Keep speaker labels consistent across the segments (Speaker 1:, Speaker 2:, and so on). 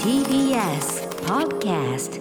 Speaker 1: TBS Podcast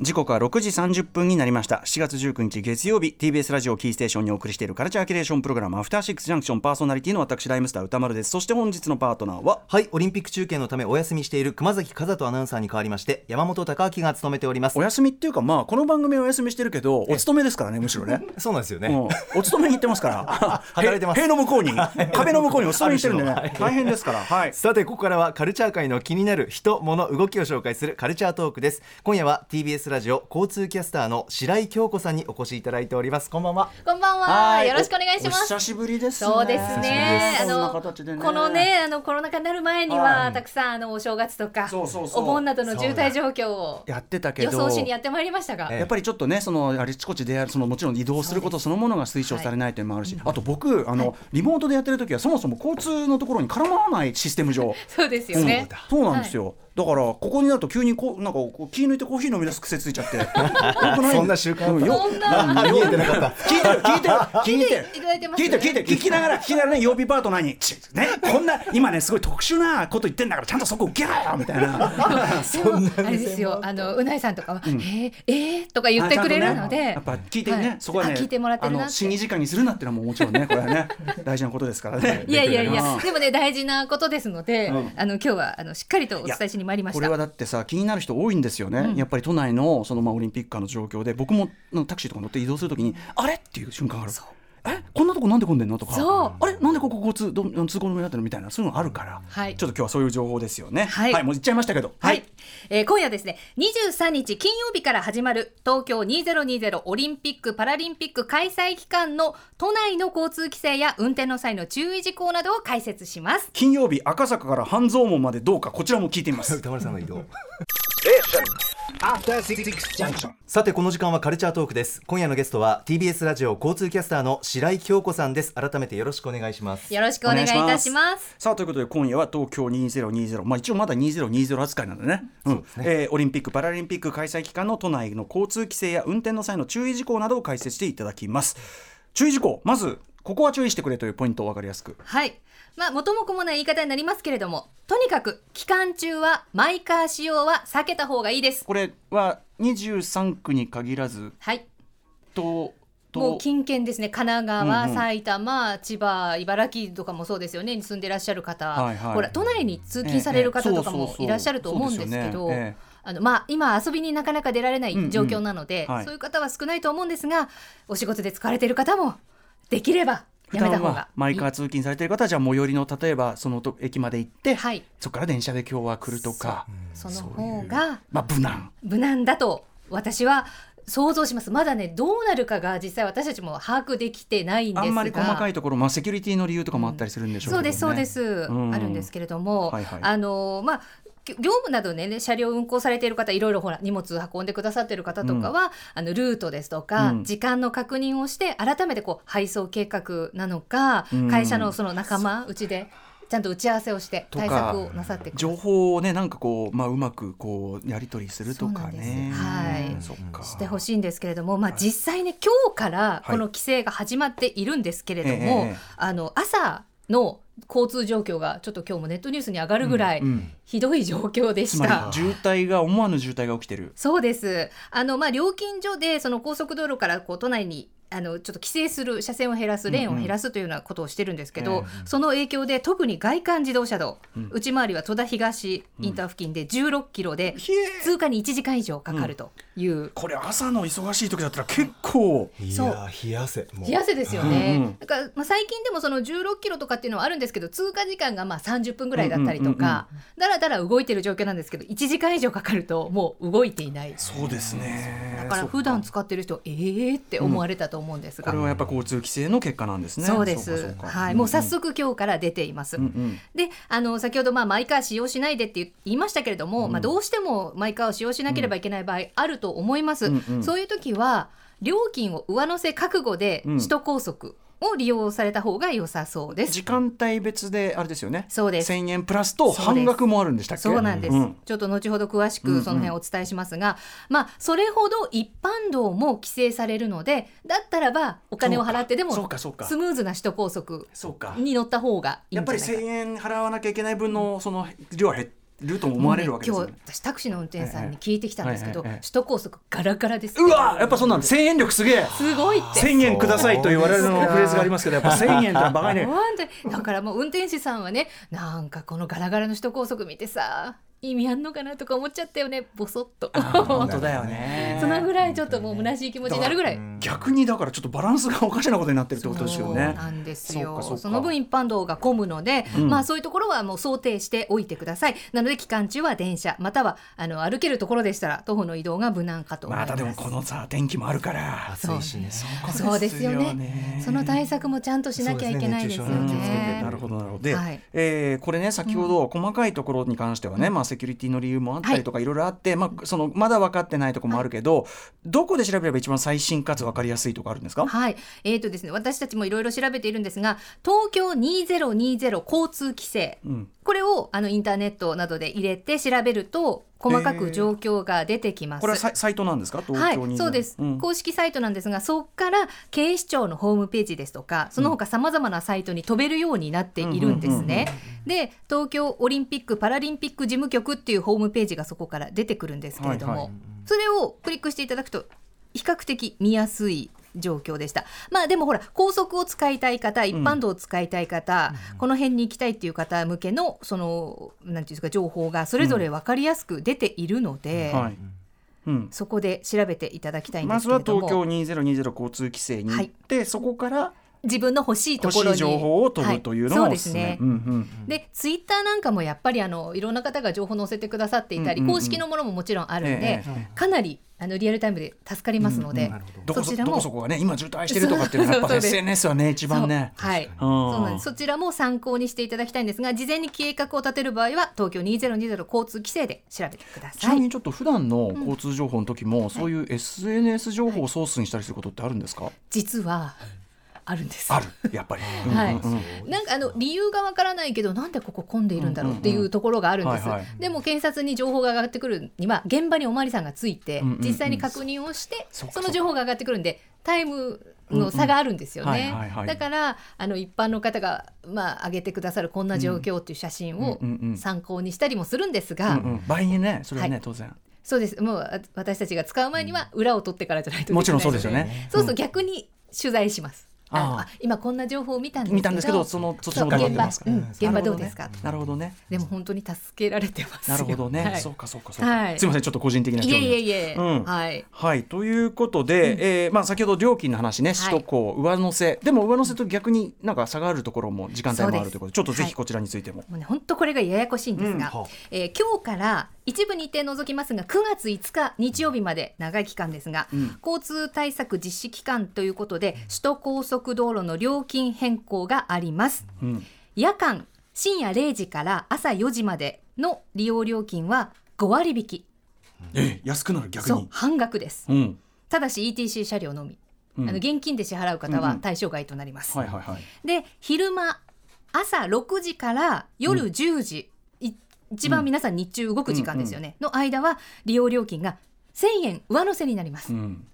Speaker 2: 時刻は6時30分になりました7月19日月曜日 TBS ラジオキーステーションにお送りしているカルチャーキュレーションプログラムアフターシックスジャンクションパーソナリティの私ライムスター歌丸ですそして本日のパートナーは
Speaker 3: はい、オリンピック中継のためお休みしている熊崎和人アナウンサーに代わりまして、山本隆明が務めております
Speaker 2: お。休みっていうかまあこの番組はお休みしてるけどお勤めですからねむしろ ね
Speaker 3: そうなんですよね。
Speaker 2: うんお勤めに行ってます から
Speaker 3: 働いてます
Speaker 2: 塀の向こうに壁の向こうにお勤めにしてるんでね
Speaker 3: ある種のは
Speaker 2: 大変ですからはい
Speaker 3: さてここからはカルチャー界の気になる人物動きを紹介するカルチャートークです今夜は TBS ラジオ交通キャスターの白井京子さんにお越しいただいておりますこんばんは
Speaker 4: こんばん
Speaker 2: は
Speaker 4: は。よろしくお願いしま
Speaker 2: お
Speaker 4: す
Speaker 2: 久。しぶりですね
Speaker 4: そうですね。あ
Speaker 2: 久しぶりですこんな
Speaker 4: の、
Speaker 2: 形でね
Speaker 4: このね、あのコロナ禍になる前に
Speaker 2: は
Speaker 4: は、
Speaker 2: い
Speaker 4: たくさんあのお正月とか。
Speaker 2: そうそうそう
Speaker 4: お盆などの渋滞状況を。
Speaker 2: やってたけ
Speaker 4: 予
Speaker 2: ど
Speaker 4: 想しにやってまいりましたが。
Speaker 3: ええ
Speaker 2: やっぱりちょっとね、そのあれちこちでやるそのもちろん移動することそのものが推奨されないというのもあるし、あと僕あの、リモートでやってる時はそもそも交通のところに絡まらないシステム上、
Speaker 4: そうですよね。
Speaker 2: そうなんですよ。だからここになると急にこうなんかこう気抜いてコーヒー飲み出す癖ついちゃって、よくない
Speaker 3: そんな習慣あった
Speaker 2: うんよ
Speaker 4: そんな
Speaker 3: 見えてなかった
Speaker 2: 聞いてる聞いてる聞いてる
Speaker 4: いただいてます
Speaker 2: 聞いてる聞いてる聞きながら聞きながらね曜日パートナーにち「ねこんな今ねすごい特殊なこと言ってんだからちゃんとそこ受けろよ」みたいな。
Speaker 4: でもあれですよ。あのうないさんとかは、えーえーとか言ってくれるの
Speaker 2: あちゃん
Speaker 4: で
Speaker 2: とねやっ。ぱ聞いてね、
Speaker 4: はい
Speaker 2: そこはね
Speaker 4: あ聞いてもらってるなって
Speaker 2: あの審議時間にするなってのはもうもちろんねこれはね 大事なことですからね
Speaker 4: いやいやいや
Speaker 2: う、ん
Speaker 4: でもね大事なことですので、
Speaker 2: うん
Speaker 4: あの今日はあのしっかりとお伝えしに参りまし
Speaker 2: こ
Speaker 4: た
Speaker 2: れ。はだってさ気になる人多いんですよね、やっぱり都内のその、まあ、オリンピックかの状況で僕もなんかタクシーとか乗って移動するときにあれっていう瞬間があるえこんなとこなんで混んでんのとか
Speaker 4: そう
Speaker 2: あれなんでここ交通ど通行止めになってるのみたいなそういうのあるから、
Speaker 4: はい
Speaker 2: ちょっと今日はそういう情報ですよね
Speaker 4: はい
Speaker 2: もう言っちゃいましたけど
Speaker 4: はい、えー今夜ですね23日金曜日から始まる東京2020オリンピック・パラリンピック開催期間の都内の交通規制や運転の際の注意事項などを解説します
Speaker 2: 金曜日赤坂から半蔵門までどうかこちらも聞いてみます
Speaker 3: 歌丸さんの移動
Speaker 5: アフターシックスジャンクション
Speaker 3: さてこの時間はカルチャートークです今夜のゲストは TBS ラジオ交通キャスターの白井京子さんです改めてよろしくお願いします
Speaker 4: よろしくお願いいたします
Speaker 2: さあということで今夜は東京2020、まあ、一応まだ2020扱いなんでね,、うんえーオリンピック・パラリンピック開催期間の都内の交通規制や運転の際の注意事項などを解説していただきます注意事項まずここは注意してくれというポイントを分かりやすく
Speaker 4: はいまあ元も子もない言い方になりますけれどもとにかく期間中はマイカー使用は避けた方がいいです
Speaker 2: これは23区に限らず
Speaker 4: はい
Speaker 2: とと
Speaker 4: もう近県ですね神奈川、
Speaker 2: うんうん
Speaker 4: 埼玉千葉茨城とかもそうですよねに住んでいらっしゃる方、
Speaker 2: はいはい
Speaker 4: ほら都内に通勤される方とか
Speaker 2: ええええそう
Speaker 4: も
Speaker 2: そうそう
Speaker 4: いらっしゃると思うんですけ
Speaker 2: そうで
Speaker 4: ど。
Speaker 2: すよねええ
Speaker 4: あのまあ、今遊びになかなか出られな
Speaker 2: うんうん
Speaker 4: い状況なので、
Speaker 2: はい
Speaker 4: そういう方は少ないと思うんですがお仕事で疲れてる方もできれば
Speaker 2: 普
Speaker 4: やめた
Speaker 2: 段
Speaker 4: 方が
Speaker 2: はマイカー通勤されてる方はじゃあ最寄りの例えばそのと駅まで行って、
Speaker 4: はい
Speaker 2: そこから電車で今日は来るとか、
Speaker 4: その方が
Speaker 2: まあ無難
Speaker 4: 無難だと私は想像しますまだねどうなるかが実際私たちも把握できてないんです
Speaker 2: あ
Speaker 4: が
Speaker 2: んまり細かいところ、まあ、セキュリティの理由とかもあったりするんでしょうけ
Speaker 4: そ
Speaker 2: ど、
Speaker 4: う
Speaker 2: ね
Speaker 4: ですそうです、
Speaker 2: うん
Speaker 4: あるんですけれども、
Speaker 2: はいはい
Speaker 4: あのまあ業業務などでね車両運行されている方いろいろほら荷物運んでくださっている方とかは、あのルートですとか、
Speaker 2: うん
Speaker 4: 時間の確認をして改めてこう配送計画なのか、
Speaker 2: うん
Speaker 4: 会社のその仲間うちでちゃんと打ち合わせをして
Speaker 2: とか
Speaker 4: 対策をなさってくだ
Speaker 2: 情報をねなんかこう、まあ、うまくこうやり取りするとかね
Speaker 4: そうなんです
Speaker 2: そっか
Speaker 4: してほしいんですけれども、まあ、実際ね、今日からこの規制が始まっているんですけれども、
Speaker 2: ええええ
Speaker 4: あの朝の交通状況がちょっと今日もネットニュースに上がるぐらい
Speaker 2: うんうん
Speaker 4: ひどい状況で
Speaker 2: つ
Speaker 4: し
Speaker 2: まり
Speaker 4: た。
Speaker 2: 渋滞が思わぬ渋滞が起きてる
Speaker 4: そうですあの、まあ、料金所でその高速道路からこう都内にあのちょっと規制する車線を減らすレーンを減らすというようなことをしてるんですけど、
Speaker 2: うん
Speaker 4: その影響で特に外環自動車道、内回りは戸田東インター付近で16キロで、
Speaker 2: ひえ
Speaker 4: 通過に1時間以上かかるという、
Speaker 2: これ朝の忙しい時だったら結構
Speaker 3: い
Speaker 4: そう
Speaker 3: 冷や汗もう
Speaker 4: 冷や汗ですよね、
Speaker 2: うんうん
Speaker 4: だから、まあ、最近でもその16キロとかっていうのはあるんですけど通過時間がまあ30分ぐらいだったりとか、だらだら動いてる状況なんですけど1時間以上かかるともう動いていない
Speaker 2: そうですね
Speaker 4: だから普段使ってる人えーって思われたと思うんですが、
Speaker 2: これはやっぱ交通規制の結果なんですね
Speaker 4: そうです
Speaker 2: かそうか
Speaker 4: はい、もう早速今日から出ています。
Speaker 2: うんうん
Speaker 4: であの先ほどまあマイカー使用しないでって言いましたけれども、まあ、どうしてもマイカーを使用しなければいけない場合あると思います、
Speaker 2: うんうん
Speaker 4: そういう時は料金を上乗せ覚悟で
Speaker 2: うん
Speaker 4: 首都高速を利用された方が良さそうです、
Speaker 2: 時間帯別であれですよね
Speaker 4: そうです
Speaker 2: 1000円プラスと半額もあるんでしたっけ
Speaker 4: そうなんです、
Speaker 2: うん
Speaker 4: ちょっと後ほど詳し
Speaker 2: うんう
Speaker 4: く
Speaker 2: ん
Speaker 4: その辺お伝えしますが、まあそれほど一般道も規制されるのでだったらばお金を払ってでも
Speaker 2: そうかそうか
Speaker 4: スムーズな首都高速
Speaker 2: そうか
Speaker 4: に乗った方がいい
Speaker 2: やっ
Speaker 4: んじ
Speaker 2: ぱ
Speaker 4: ゃな
Speaker 2: り
Speaker 4: いか
Speaker 2: 1000円払わなきゃいけない分のその量は減っると思われるわけです
Speaker 4: もう
Speaker 2: よ、
Speaker 4: ね
Speaker 2: ね。
Speaker 4: 今日私タクシーの運転手さんに聞いてきたんですけど、
Speaker 2: ええええええ
Speaker 4: 首都高速ガラガラです
Speaker 2: うわやっぱそうなんだ千円力すげえ
Speaker 4: すごいって
Speaker 2: 千円くださいという我々のフレーズがありますけどやっぱ千円ってのはバカにね
Speaker 4: 本当にだからもう運転手さんはねなんかこのガラガラの首都高速見てさ意味あんのかなとか思っちゃったよねボソッと
Speaker 2: 本当だよね
Speaker 4: そのぐらいちょっともう虚しい気持ちになるぐらい
Speaker 2: 逆にだからちょっとバランスがおかしなことになってるってことですよ
Speaker 4: そう
Speaker 2: ね
Speaker 4: なんです
Speaker 2: そう
Speaker 4: よ
Speaker 2: かそう
Speaker 4: そ
Speaker 2: か
Speaker 4: の分一般道が混むので、
Speaker 2: ん
Speaker 4: まあそういうところはもう想定しておいてくださいなので期間中は電車またはあの歩けるところでしたら徒歩の移動が無難かと思い
Speaker 2: ま
Speaker 4: ます、
Speaker 2: たでもこのさ天気もあるから
Speaker 3: 暑いしね
Speaker 4: そうですよね
Speaker 2: ね
Speaker 4: その対策もちゃんとしなきゃいけないですよ
Speaker 3: そうですね熱中症には気をつけ
Speaker 4: ね
Speaker 3: て
Speaker 2: なるほどなるほどで、
Speaker 4: はい
Speaker 2: えーこれね先ほど細かいところに関してはね、まあ、セキュリティの理由もあったりとかいろいろあって、まあ、そのまだ分かってないところもあるけど、どこで調べれば一番最新かつ分かりやすいとかあるんですか、
Speaker 4: はい、えーとですね、私たちもいろいろ調べているんですが、東京2020交通規制、
Speaker 2: うん
Speaker 4: これをあのインターネットなどで入れて調べると細かく状況が出てきます。
Speaker 2: これはサイサイトなんですか東
Speaker 4: は
Speaker 2: 京に、
Speaker 4: い、そうです、
Speaker 2: ん
Speaker 4: 公式サイトなんですがそこから警視庁のホームページですとかその他さまざまなサイトに飛べるようになっているんですね。で東京オリンピック・パラリンピック事務局っていうホームページがそこから出てくるんですけれども、
Speaker 2: はいはい
Speaker 4: それをクリックしていただくと比較的見やすい状況でしたまあでもほら高速を使いたい方一般道を使いたい方、この辺に行きたいっていう方向けのそのなんていうんですか情報がそれぞれ分かりやすく出ているので。
Speaker 2: はいうん、
Speaker 4: そこで調べていただきたいんで
Speaker 2: ますず
Speaker 4: けれ
Speaker 2: は
Speaker 4: ども、
Speaker 2: 東京2020交通規制に行って、そこから
Speaker 4: 自分の欲しいと
Speaker 2: 欲
Speaker 4: こ
Speaker 2: し
Speaker 4: ろ
Speaker 2: い
Speaker 4: に
Speaker 2: 情報を取るというのが
Speaker 4: はい
Speaker 2: お
Speaker 4: そ
Speaker 2: す
Speaker 4: うですす
Speaker 2: め、
Speaker 4: ね。
Speaker 2: うんうん
Speaker 4: でツイッターなんかもやっぱりあのいろんな方が情報載せてくださっていたり、
Speaker 2: うんうんうん
Speaker 4: 公式のものももちろんあるん
Speaker 2: え
Speaker 4: で
Speaker 2: え、え
Speaker 4: かなりあのリアルタイムで助かりますので、
Speaker 3: なるほ
Speaker 2: ど
Speaker 3: ど
Speaker 2: こ
Speaker 4: そ
Speaker 2: そ
Speaker 4: ちら
Speaker 2: ど
Speaker 4: も
Speaker 2: こそこがね今渋滞してるとかっていうのはやっぱ
Speaker 4: そうです
Speaker 2: SNS はね一番ね
Speaker 4: そうはい、
Speaker 2: ん
Speaker 4: そうなんですそちらも参考にしていただきたいんですが事前に計画を立てる場合は東京2020交通規制で調べてくだ
Speaker 2: ち
Speaker 4: さ
Speaker 2: ないみにちょっと普段の交通情報の時も、そういう SNS 情報をソースにしたりすることってあるんですか、
Speaker 4: 実はあるんです
Speaker 2: あるやっぱり、うん
Speaker 4: はい
Speaker 2: うんうん
Speaker 4: なんかあの理由がわからないけどなんでここ混んでいるんだろうっていうところがあるんです、
Speaker 2: うんうんうんはいは
Speaker 4: でも検察に情報が上がってくるには現場におまわりさんがついて、
Speaker 2: んうんうん
Speaker 4: 実際に確認をして
Speaker 2: そ
Speaker 4: そ
Speaker 2: っかそっか
Speaker 4: の情報が上がってくるんでタイムの差があるんですよ
Speaker 2: うんうんはいはい
Speaker 4: ね
Speaker 2: はい
Speaker 4: だからあの一般の方が、まあ、上げてくださるこんな状況っていう写真を
Speaker 2: うんうんうん
Speaker 4: 参考にしたりもするんです
Speaker 2: うん
Speaker 4: が、
Speaker 2: うん倍にねそれはね、
Speaker 4: はい
Speaker 2: 当然
Speaker 4: そうですもうあ私たちが使う前には裏を取ってからじゃないといけない
Speaker 2: もちろんそうですよね
Speaker 4: そうすると逆に取材します、あ
Speaker 2: あ
Speaker 4: の
Speaker 2: ー
Speaker 4: あ今こんな情報を見たんですけど
Speaker 2: 見たんですけどそのそっちの
Speaker 4: そう
Speaker 2: 方が上がっ
Speaker 4: 現
Speaker 2: て
Speaker 4: 場
Speaker 2: ます、か
Speaker 4: う
Speaker 2: ら
Speaker 4: ん、現場どうですか
Speaker 2: なるほどね
Speaker 4: でも本当に助けられてますよ
Speaker 2: なるほどね、
Speaker 4: はい
Speaker 2: そうかそうかそうか、
Speaker 4: はい
Speaker 2: すみませんちょっと個人的ない興
Speaker 4: え
Speaker 2: 味
Speaker 4: いえいえ、
Speaker 2: うん
Speaker 4: はい
Speaker 2: はいということで、えーまあ、先ほど料金の話ね、首都高、上乗せ、でも上乗せと逆になんか差があるところも、時間帯もあるということで、ちょ
Speaker 4: そ
Speaker 2: っ
Speaker 4: う
Speaker 2: と
Speaker 4: です
Speaker 2: ぜひ
Speaker 4: はい
Speaker 2: こちらについても。
Speaker 4: もうね本当これがややこしいんですが、
Speaker 3: はあ
Speaker 4: えー今日から一部日程除きますが9月5日日曜日まで長い期間ですが、
Speaker 2: ん
Speaker 4: 交通対策実施期間ということで首都高速道路の料金変更があります
Speaker 2: うん
Speaker 4: 夜間深夜0時から朝4時までの利用料金は5割引き
Speaker 2: え安くなる、逆
Speaker 4: そう
Speaker 2: に。
Speaker 4: 半額です
Speaker 2: うん、
Speaker 4: ただし ETC 車両のみ、
Speaker 2: うん
Speaker 4: あの現金で支払う方
Speaker 2: うん
Speaker 4: は
Speaker 2: うん
Speaker 4: 対象外となります、
Speaker 2: はいはいはい。
Speaker 4: で昼間朝6時から夜10時、い一番皆さん日中動く時間ですよね、の間は利用料金が1000円上乗せになります、
Speaker 2: うん、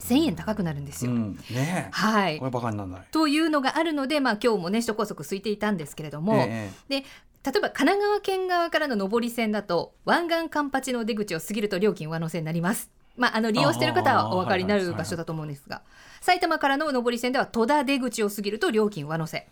Speaker 4: 1000円高くなるんです
Speaker 2: う
Speaker 4: よ、
Speaker 2: ん、ね
Speaker 4: は
Speaker 2: え、
Speaker 4: い
Speaker 2: これバカにならない。
Speaker 4: というのがあるので、まあ、今日もね首都高速空いていたんですけれども、
Speaker 2: え
Speaker 4: で例えば神奈川県側からの上り線だと湾岸環八の出口を過ぎると料金上乗せになります。まあ、あの利用している方はお分かりにな
Speaker 2: あー
Speaker 4: る
Speaker 2: はいはい
Speaker 4: 場所だと思うんですが埼玉からの上り線では戸田出口を過ぎると料金上乗せ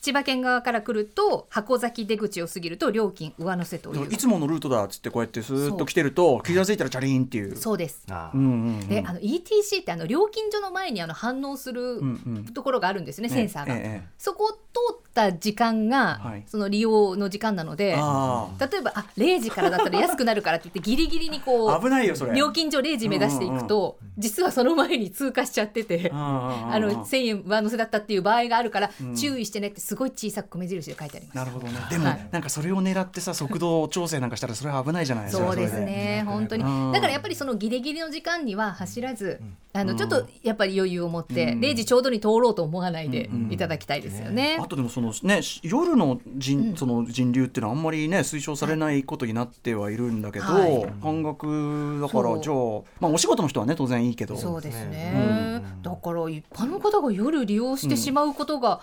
Speaker 4: 千葉県側から来ると箱崎出口を過ぎると料金上乗せと
Speaker 2: え
Speaker 4: い
Speaker 2: いつ
Speaker 4: う
Speaker 2: ものルートだっつってこうやってスーッと来てると気が付いたらチャリーンっていう。
Speaker 4: そうです
Speaker 3: あ
Speaker 2: う
Speaker 3: ー
Speaker 2: んうんうん
Speaker 4: であの ETC ってあの料金所の前にあの反応する
Speaker 2: うんうん
Speaker 4: ところがあるんですね、センサーが、
Speaker 2: えええ
Speaker 4: そこを通った時間が、
Speaker 2: はい
Speaker 4: その利用の時間なの
Speaker 2: え
Speaker 4: で
Speaker 2: あ
Speaker 4: 例えばあ0時からだったら安くなるからって言ってギリギリにこ
Speaker 2: あ
Speaker 4: う
Speaker 2: 危ないよそれ。
Speaker 4: 料金所0時目指していくと、実はその前に通過しちゃってて。
Speaker 2: あ
Speaker 4: あの
Speaker 2: の
Speaker 4: 1,000円上乗せだったっていう場合があるから
Speaker 2: ん
Speaker 4: 注意してねってすごい小さく米印で書いてあります。
Speaker 2: なるほどね。でも、
Speaker 4: はい
Speaker 2: なんかそれを狙ってさ速度調整なんかしたらそれは危ないじゃないですか。
Speaker 4: そうです
Speaker 2: れ
Speaker 4: ね本当に
Speaker 2: うん
Speaker 4: だからやっぱりそのギリギリの時間には走らずあ
Speaker 2: う
Speaker 4: の
Speaker 2: ん
Speaker 4: ちょっとやっぱり余裕を持って
Speaker 2: うん
Speaker 4: 0時ちょうどに通ろうと思わないでいただきたいですよね
Speaker 2: あ。とでもそのねし夜の人、その人流っていうのはあんまりね推奨されないことになってはいるんだけど、
Speaker 4: はい
Speaker 2: 半額だから
Speaker 4: そう
Speaker 2: じゃあまあお仕事の人はね当然いいけど
Speaker 4: そうですね、
Speaker 3: うん
Speaker 4: だから一般の方が夜利用してしまうことが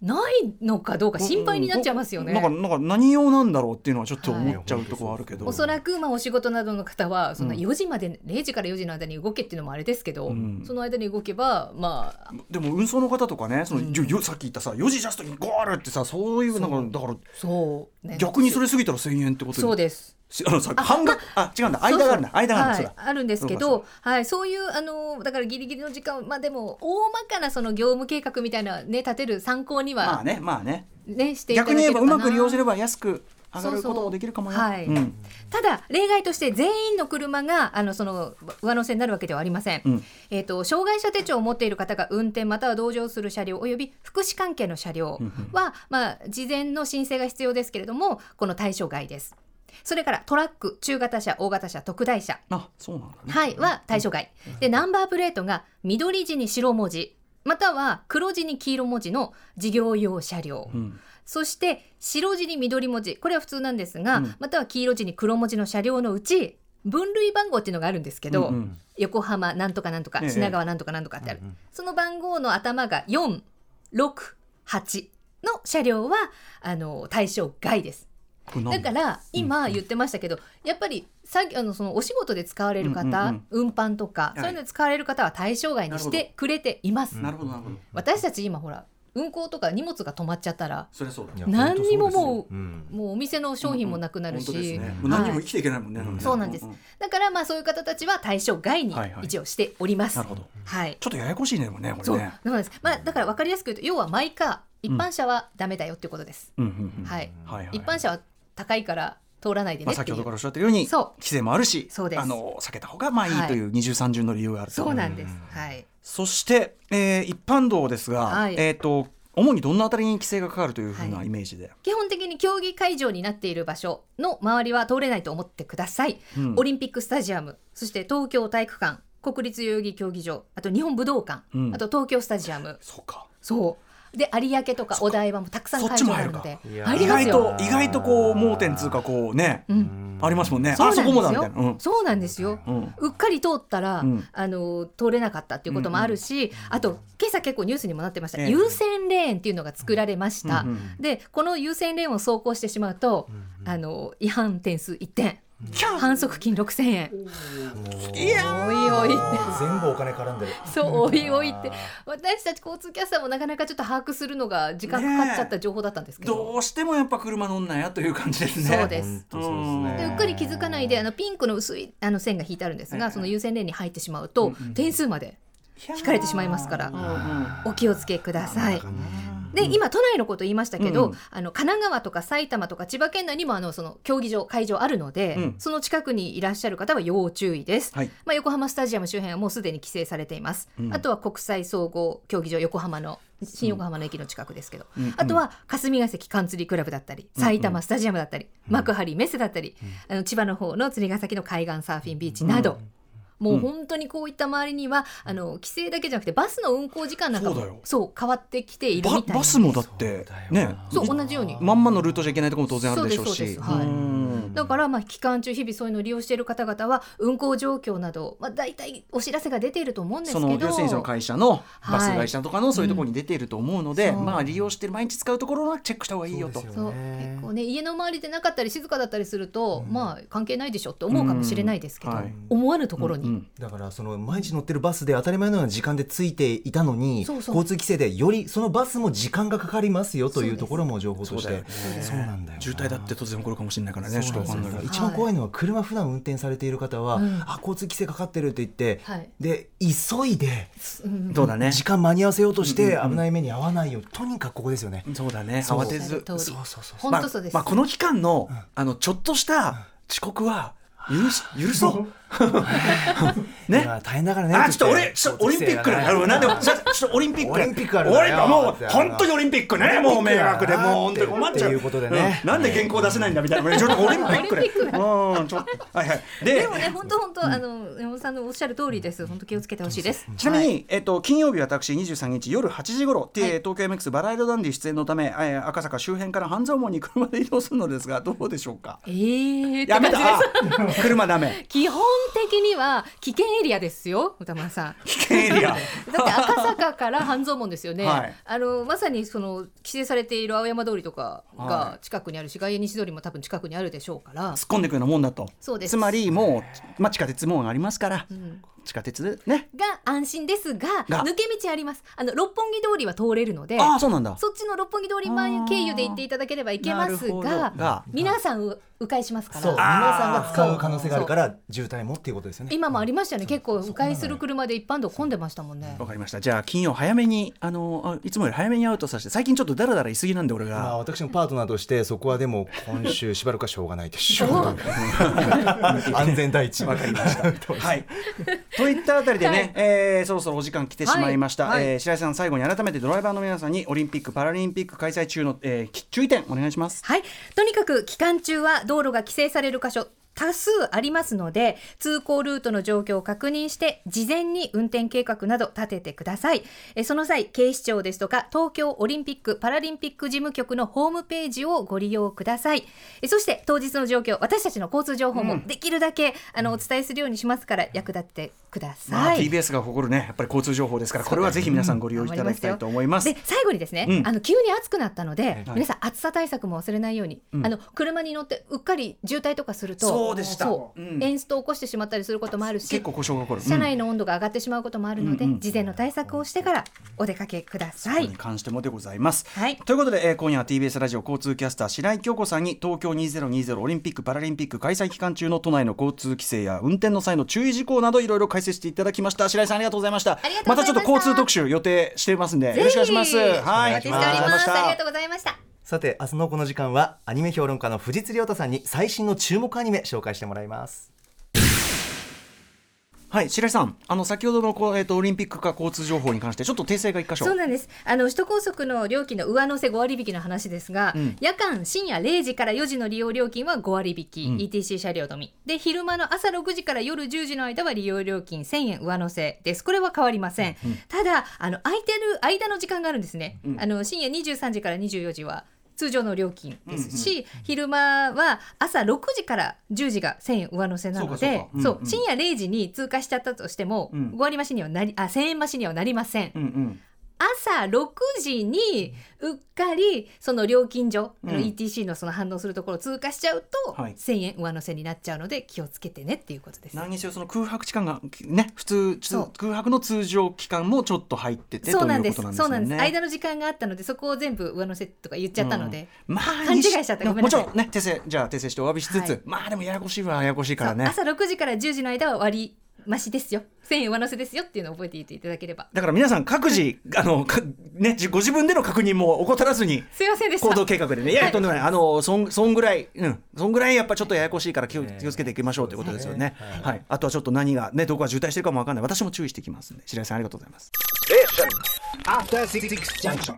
Speaker 4: ないのかどうか心配になっちゃいますよね。
Speaker 2: なんかなんか何用なんだろうっていうのはちょっと思っちゃうとこはあるけど、
Speaker 4: おそらくまあお仕事などの方はそんな
Speaker 2: うん
Speaker 4: 4時まで、0時から4時の間に動けっていうのもあれですけど、
Speaker 2: うん
Speaker 4: その間に動けばまあ
Speaker 2: でも運送の方とかねその、よよさっき言ったさ4時ジャストにゴールってさそういうなんかだから
Speaker 4: そう、ね
Speaker 2: 逆にそれ過ぎたら1000円ってこと
Speaker 4: そう
Speaker 2: で
Speaker 4: です
Speaker 2: あのさ半額あ違うんだ間があるんだ
Speaker 4: そうそう
Speaker 2: 間があるんだ
Speaker 4: は
Speaker 2: そう
Speaker 4: い
Speaker 2: だ、
Speaker 4: あるんですけ
Speaker 2: そう
Speaker 4: ど、はい、そういうあのだからギリギリの時間まあでも大まかなその業務計画みたいなね立てる参考に
Speaker 2: まあ
Speaker 4: は
Speaker 2: ねまあね
Speaker 4: ね、していただ
Speaker 2: 逆
Speaker 4: け
Speaker 2: に言
Speaker 4: れ
Speaker 2: え
Speaker 4: ば
Speaker 2: ば
Speaker 4: な
Speaker 2: うまく利用すれば安く上がることもできるかもよ
Speaker 4: そうそうはい
Speaker 2: うん
Speaker 4: ただ例外として全員の車があのその上乗せになるわけではありません、
Speaker 2: うん
Speaker 4: えー、と障害者手帳を持っている方が運転または同乗する車両および福祉関係の車両は、まあ、事前の申請が必要ですけれどもこの対象外ですそれからトラック中型車大型車特大車
Speaker 2: あそうなんだね
Speaker 4: はい、は対象外。で、ナンバープレートが緑字に白文字、または黒字に黄色文字の事業用車両。
Speaker 2: ん
Speaker 4: そして、白字に緑文字、これは普通なんですが、または黄色字に黒文字の車両のうち、分類番号っていうのがあるんですけど、
Speaker 2: うんうん
Speaker 4: 横浜なんとかなんとか、
Speaker 2: ええ
Speaker 4: 品川なんとかなんとかってある。その番号の頭が4、6、8の車両は、あの、対象外です。
Speaker 2: これなん
Speaker 4: だから今言ってましたけど、やっぱり作業あのそのお仕事で使われる方、
Speaker 2: うんうん
Speaker 4: 運搬と
Speaker 2: は
Speaker 4: か、
Speaker 2: い
Speaker 4: そういうので使われる方は対象外にし
Speaker 2: なる
Speaker 4: てくれています。
Speaker 2: なるほどなるほど
Speaker 4: 私たち今ほら運行とか荷物が止まっちゃったら、
Speaker 2: それそうだ
Speaker 3: いや
Speaker 4: 何にもも
Speaker 3: 本当そうですよん
Speaker 4: もうお店の商品もなくなるし、
Speaker 2: 本当ですねもう
Speaker 4: はい
Speaker 2: 何にも生きていけないもんね
Speaker 3: うん
Speaker 4: そうなんです
Speaker 2: ち
Speaker 4: だからまあそういう方たちは対象外に
Speaker 2: はいはい
Speaker 4: 一応しております。
Speaker 2: なるほど
Speaker 4: はい。
Speaker 2: ょっとややこしいねでもねこ
Speaker 4: そ
Speaker 2: れ
Speaker 4: う
Speaker 2: ね
Speaker 4: そうなんです。まあだからわかりやすく言うと要はマイカー一般車はダメだよっていうことです。
Speaker 2: うんうんうん
Speaker 4: はい。
Speaker 2: はいはい
Speaker 4: 一般車は高いから通らないで
Speaker 2: ま
Speaker 4: ね
Speaker 2: あ、
Speaker 4: って
Speaker 2: 先
Speaker 4: い
Speaker 2: ほ
Speaker 4: う。
Speaker 2: どからおっしゃってるように
Speaker 4: そう
Speaker 2: 規制もあるし
Speaker 4: そうです
Speaker 2: あの避けた方がまあいい
Speaker 4: はい
Speaker 2: という二重三重の理由があると
Speaker 4: そうなんです。はい。
Speaker 2: そして、えー一般道ですが、
Speaker 4: はい
Speaker 2: えー、と主にどんなあたりに規制がかかるというふう
Speaker 4: は
Speaker 2: ないイメージで、
Speaker 4: 基本的に競技会場になっている場所の周りは通れないと思ってください、
Speaker 2: うん
Speaker 4: オリンピックスタジアムそして東京体育館国立代々木競技場あと日本武道館、
Speaker 2: うん
Speaker 4: あと東京スタジアム
Speaker 2: そうか
Speaker 4: そうで有明とかお台場もたくさん
Speaker 2: そっ
Speaker 4: 会
Speaker 2: ち
Speaker 4: 場
Speaker 2: も
Speaker 4: があ
Speaker 2: 入るか
Speaker 4: るの
Speaker 3: い
Speaker 4: で
Speaker 3: やー
Speaker 4: 入
Speaker 2: 意
Speaker 4: ります
Speaker 2: 外
Speaker 4: よ
Speaker 2: と意外とこう盲点つうかこうね、
Speaker 4: うん
Speaker 2: ありますもんね
Speaker 4: そ
Speaker 2: あ
Speaker 4: うなんですよ
Speaker 2: そこもだみたいな、うん
Speaker 4: そうなんですよ、
Speaker 2: うん
Speaker 4: うっかり通ったら、
Speaker 2: うん
Speaker 4: あの通れなかったっていうこともあるし、あと今朝結構ニュースにもなってました、
Speaker 2: ええ
Speaker 4: 優先レーンっていうのが作られました、
Speaker 2: うん
Speaker 4: でこの優先レーンを走行してしまうと、あの違反点数1点、
Speaker 2: キャン
Speaker 4: 反則金6000円
Speaker 2: いや
Speaker 4: おいおいって
Speaker 3: 全部お金絡んでる
Speaker 4: そうおいおいって私たち交通キャスターもなかなかちょっと把握するのが時間かかっちゃった情報だったんですけど。
Speaker 2: どうしてもやっぱ車乗んなやという感じですね
Speaker 4: そうです
Speaker 3: 本当そうです
Speaker 4: で
Speaker 3: ね
Speaker 4: うっかり気づかないであのピンクの薄いあの線が引いてあるんです
Speaker 2: はいは
Speaker 4: が
Speaker 2: い
Speaker 4: その優先レーンに入ってしまうと点数まで引かれてしまいますからお気をつけください。で今都内のこと言いましたけ
Speaker 2: うん
Speaker 4: どあの神奈川とか埼玉とか千葉県内にもあのその競技場会場あるので
Speaker 2: うん
Speaker 4: その近くにいらっしゃる方は要注意です。
Speaker 2: はい
Speaker 4: まあ、横浜スタジアム周辺はもうすでに規制されています、あとは国際総合競技場横浜の新横浜の駅の近くですけど、あとは霞ヶ関缶釣りクラブだったり埼玉スタジアムだったり、幕張メッセだったり、あの千葉の方の釣ヶ崎の海岸サーフィンビーチなど。もう本当にこういった周りには、あの規制だけじゃなくてバスの運行時間なんかも
Speaker 2: そう
Speaker 4: そ
Speaker 2: だ
Speaker 4: う
Speaker 2: よ
Speaker 4: 変わってきているみ
Speaker 2: バ
Speaker 4: たいな
Speaker 2: バスもだってね
Speaker 4: そう同じように
Speaker 2: まんまのルートじゃいけないところも当然あるでしょう
Speaker 4: そうで
Speaker 2: し
Speaker 4: すそうですはい
Speaker 2: うん
Speaker 4: だからまあ期間中日々そういうのを利用している方々は運行状況など、まあ、大体お知らせが出ていると思うんですけ
Speaker 2: そ
Speaker 4: ど
Speaker 2: の要するにその会社の
Speaker 4: はい
Speaker 2: バス会社とかのそういうところに出ていると思うので、
Speaker 4: うんそう
Speaker 2: まあ利用してる毎日使うところはチェックした方がいいよと
Speaker 3: そうですよ
Speaker 4: そう
Speaker 3: ね
Speaker 4: 結構ね家の周りでなかったり静かだったりすると、まあ関係ないでしょって思うかもしれないですけど、
Speaker 2: うんはい
Speaker 4: 思わぬところに、
Speaker 2: うん
Speaker 3: だからその毎日乗ってるバスで当たり前のような時間でついていたのに
Speaker 4: そうそう
Speaker 3: 交通規制でよりそのバスも時間がかかりますよと
Speaker 4: そう
Speaker 3: い
Speaker 4: で
Speaker 3: う
Speaker 4: す
Speaker 3: ところも情報としてそうなんだよな
Speaker 2: 渋滞だって突然起こるかもしれないから
Speaker 3: そう
Speaker 2: ねち
Speaker 3: な
Speaker 2: ょ
Speaker 3: ん
Speaker 2: っとわかん
Speaker 3: で
Speaker 2: ない
Speaker 3: す
Speaker 2: け
Speaker 3: よ
Speaker 2: ど
Speaker 3: 一番怖いのは車普段運転されている方は、
Speaker 4: うん
Speaker 3: あ交通規制かかってるって言って、
Speaker 4: はい
Speaker 3: で急いで
Speaker 4: うん
Speaker 2: そうだね
Speaker 3: 時間間に合わせようとして危ない目に遭わないようにとにかくここですよね。
Speaker 2: そうだね
Speaker 3: そう
Speaker 2: 慌てず
Speaker 4: おっしゃる通り
Speaker 3: そうそうそうそう
Speaker 4: 本当そうです、
Speaker 2: まあ、まあこの期間のあのちょっとした遅刻は許し許そうね
Speaker 3: いや大変だからね
Speaker 2: あ、ちょっと俺、ちょっとオリンピックだよ。なんで、ちょっとオリンピック。
Speaker 3: オリンピックあるん
Speaker 2: オ
Speaker 3: だ
Speaker 2: リン
Speaker 3: よ
Speaker 2: ピックもう、本当にオリンピックね、もう迷惑で、もう本当に困っちゃう。
Speaker 3: っていうことでね
Speaker 2: うんなんで原稿出せないんだみたいな。ちょっとオリンピック
Speaker 4: オリンピック
Speaker 2: で。うん、ちょっと。はいはい。
Speaker 4: で
Speaker 2: で
Speaker 4: も、ね本当本当、あの山本さんのおっしゃる通りです本当気をつけてほしいです
Speaker 2: ちなみ
Speaker 4: はい
Speaker 2: に、えっと、金曜日私23日夜8時頃、て
Speaker 4: はい
Speaker 2: 東京 MX バラエドダンディ出演のため、えー赤坂周辺から半蔵門に車で移動するのですが、どうでしょうか。
Speaker 4: えーって
Speaker 2: やめ
Speaker 4: 感じ
Speaker 2: た。あ車ダ メ
Speaker 4: 基本的には危険エリアですよ歌丸さん
Speaker 2: 危険エリア
Speaker 4: だって赤坂から半蔵門ですよね、
Speaker 2: はい
Speaker 4: あのまさにその規制されている青山通りとか
Speaker 2: は
Speaker 4: が近くにあるし、外苑西通りも多分近くにあるでしょうから
Speaker 2: 突っ込んでくるようなもんだと
Speaker 4: そうです
Speaker 2: つまりもう、まあ、地下鉄もありますから、
Speaker 4: ん
Speaker 2: 地下鉄でね
Speaker 4: が安心ですが
Speaker 2: が
Speaker 4: 抜け道ありますあの六本木通りは通れるので
Speaker 2: ああそうなんだ
Speaker 4: そっちの六本木通り前経由で行っていただければ行けます
Speaker 2: なる
Speaker 4: が
Speaker 2: ほどが
Speaker 4: 皆さんう迂回しますか
Speaker 3: そう皆
Speaker 4: ら
Speaker 3: さんが使う可能性があるから渋滞もっていうことですよね
Speaker 4: 今もありましたよね結構迂回する車で一般道混んでましたもんね
Speaker 2: わかりましたじゃあ金曜早めにあのあいつもより早めに会うとさせて最近ちょっとダラダラ言いすぎなんで俺
Speaker 3: まあ
Speaker 2: が
Speaker 3: 私もパートナーとしてそこはでも今週しばらくはしょうがないでしょう 安全第一
Speaker 2: わかりました。はい。 といったあたりでね、
Speaker 4: はい
Speaker 2: えーそろそろお時間来てしまいました。
Speaker 4: はいはい
Speaker 2: えー白井さん最後に改めてドライバーの皆さんにオリンピックパラリンピック開催中の、えーき注意点お願いします。
Speaker 4: はい。とにかく期間中は道路が規制される箇所、多数ありますので、通行ルートの状況を確認して、事前に運転計画など立ててください。えその際、警視庁ですとか、東京オリンピック・パラリンピック事務局のホームページをご利用ください。えそして、当日の状況、私たちの交通情報もできるだけ、あのお伝えするようにしますから、役立ってください。
Speaker 2: まあ、TBS が誇るねやっぱり交通情報ですからこれはぜひ皆さんご利用いただきたいと思います。
Speaker 4: で最後にですね、
Speaker 2: うん
Speaker 4: あの急に暑くなったので、
Speaker 2: はい
Speaker 4: 皆さん暑さ対策も忘れないように、あの車に乗ってうっかり渋滞とかすると
Speaker 2: そうでした
Speaker 4: そう
Speaker 2: うん
Speaker 4: エンストを起こしてしまったりすることもあるし
Speaker 2: 結構故障が起こる。
Speaker 4: 車
Speaker 2: うん
Speaker 4: 内の温度が上がってしまうこともあるので、
Speaker 2: うんうん
Speaker 4: 事前の対策をしてからお出かけくださ
Speaker 2: こ
Speaker 4: い
Speaker 2: れに。関してもでございます。
Speaker 4: はい
Speaker 2: ということで、えー今夜は TBS ラジオ交通キャスター白井京子さんに東京2020オリンピック・パラリンピック開催期間中の都内の交通規制や運転の際の注意事項などいろいろ解説していただきました白井さんありがとうございました
Speaker 4: りがと
Speaker 2: ま
Speaker 4: うございまし
Speaker 2: た
Speaker 4: た
Speaker 2: ちょっと交通特集予定してますんでよ
Speaker 4: ぜ
Speaker 2: ろし
Speaker 4: ひ
Speaker 2: くお願いします
Speaker 4: お
Speaker 2: はい
Speaker 4: 待ちしております。ありがとうございました。
Speaker 3: さて明日のこの時間はアニメ評論家の藤津亮太さんに最新の注目アニメ紹介してもらいます
Speaker 2: はい白井さんあの先ほどのこう、えー、とオリンピックか交通情報に関してちょっと訂正が一箇所
Speaker 4: そうなんですあの首都高速の料金の上乗せ5割引きの話ですが、夜間深夜0時から4時の利用料金は5割引き、ETC 車両のみで昼間の朝6時から夜10時の間は利用料金1000円上乗せですこれは変わりません、ただあの空いてる間の時間があるんですね、あの深夜23時から24時は通常の料金ですし、昼間は朝6時から10時が1000円上乗せなの
Speaker 2: そう
Speaker 4: で
Speaker 2: かそうかうんうん
Speaker 4: そう深夜0時に通過しちゃったとしても、
Speaker 2: うん
Speaker 4: 5割増しにはなりあ1000円増しにはなりません
Speaker 2: うんうん
Speaker 4: 朝6時にうっかりその料金所、あの
Speaker 2: うん
Speaker 4: ETC のその反応するところを通過しちゃうと、
Speaker 2: はい
Speaker 4: 1000円上乗せになっちゃうので気をつけてねっていうことです。
Speaker 2: 何にせよその空白期間がね普通つ
Speaker 4: そう
Speaker 2: 空白の通常期間もちょっと入ってて
Speaker 4: そうなんです
Speaker 2: ということ
Speaker 4: そうな
Speaker 2: なん
Speaker 4: ん
Speaker 2: で
Speaker 4: です
Speaker 2: よ
Speaker 4: す
Speaker 2: ね
Speaker 4: 間の時間があったのでそこを全部上乗せとか言っちゃったので、
Speaker 2: うんまあ、
Speaker 4: 勘違いしちゃったごめん
Speaker 2: もち
Speaker 4: なさい
Speaker 2: ろんね訂正じゃあ訂正してお詫びしつつ、
Speaker 4: はい
Speaker 2: まあでもややこしいはややこしいからね
Speaker 4: そう朝6時から10時の間は割増しですよ1000円上乗せですよっていうのを覚えていていただければ
Speaker 2: だから皆さん各自あのかねじご自分での確認も怠らずに
Speaker 4: すいませんでした
Speaker 2: 行動計画でねいやいやとんでもないあのそんそんぐらいうんそんぐらいやっぱちょっとややこしいから気を気をつけていきましょうということですよねはい、あとはちょっと何がねどこが渋滞してるかもわかんない私も注意してきますんで白井さんありがとうございます
Speaker 5: Station. After Six Junction.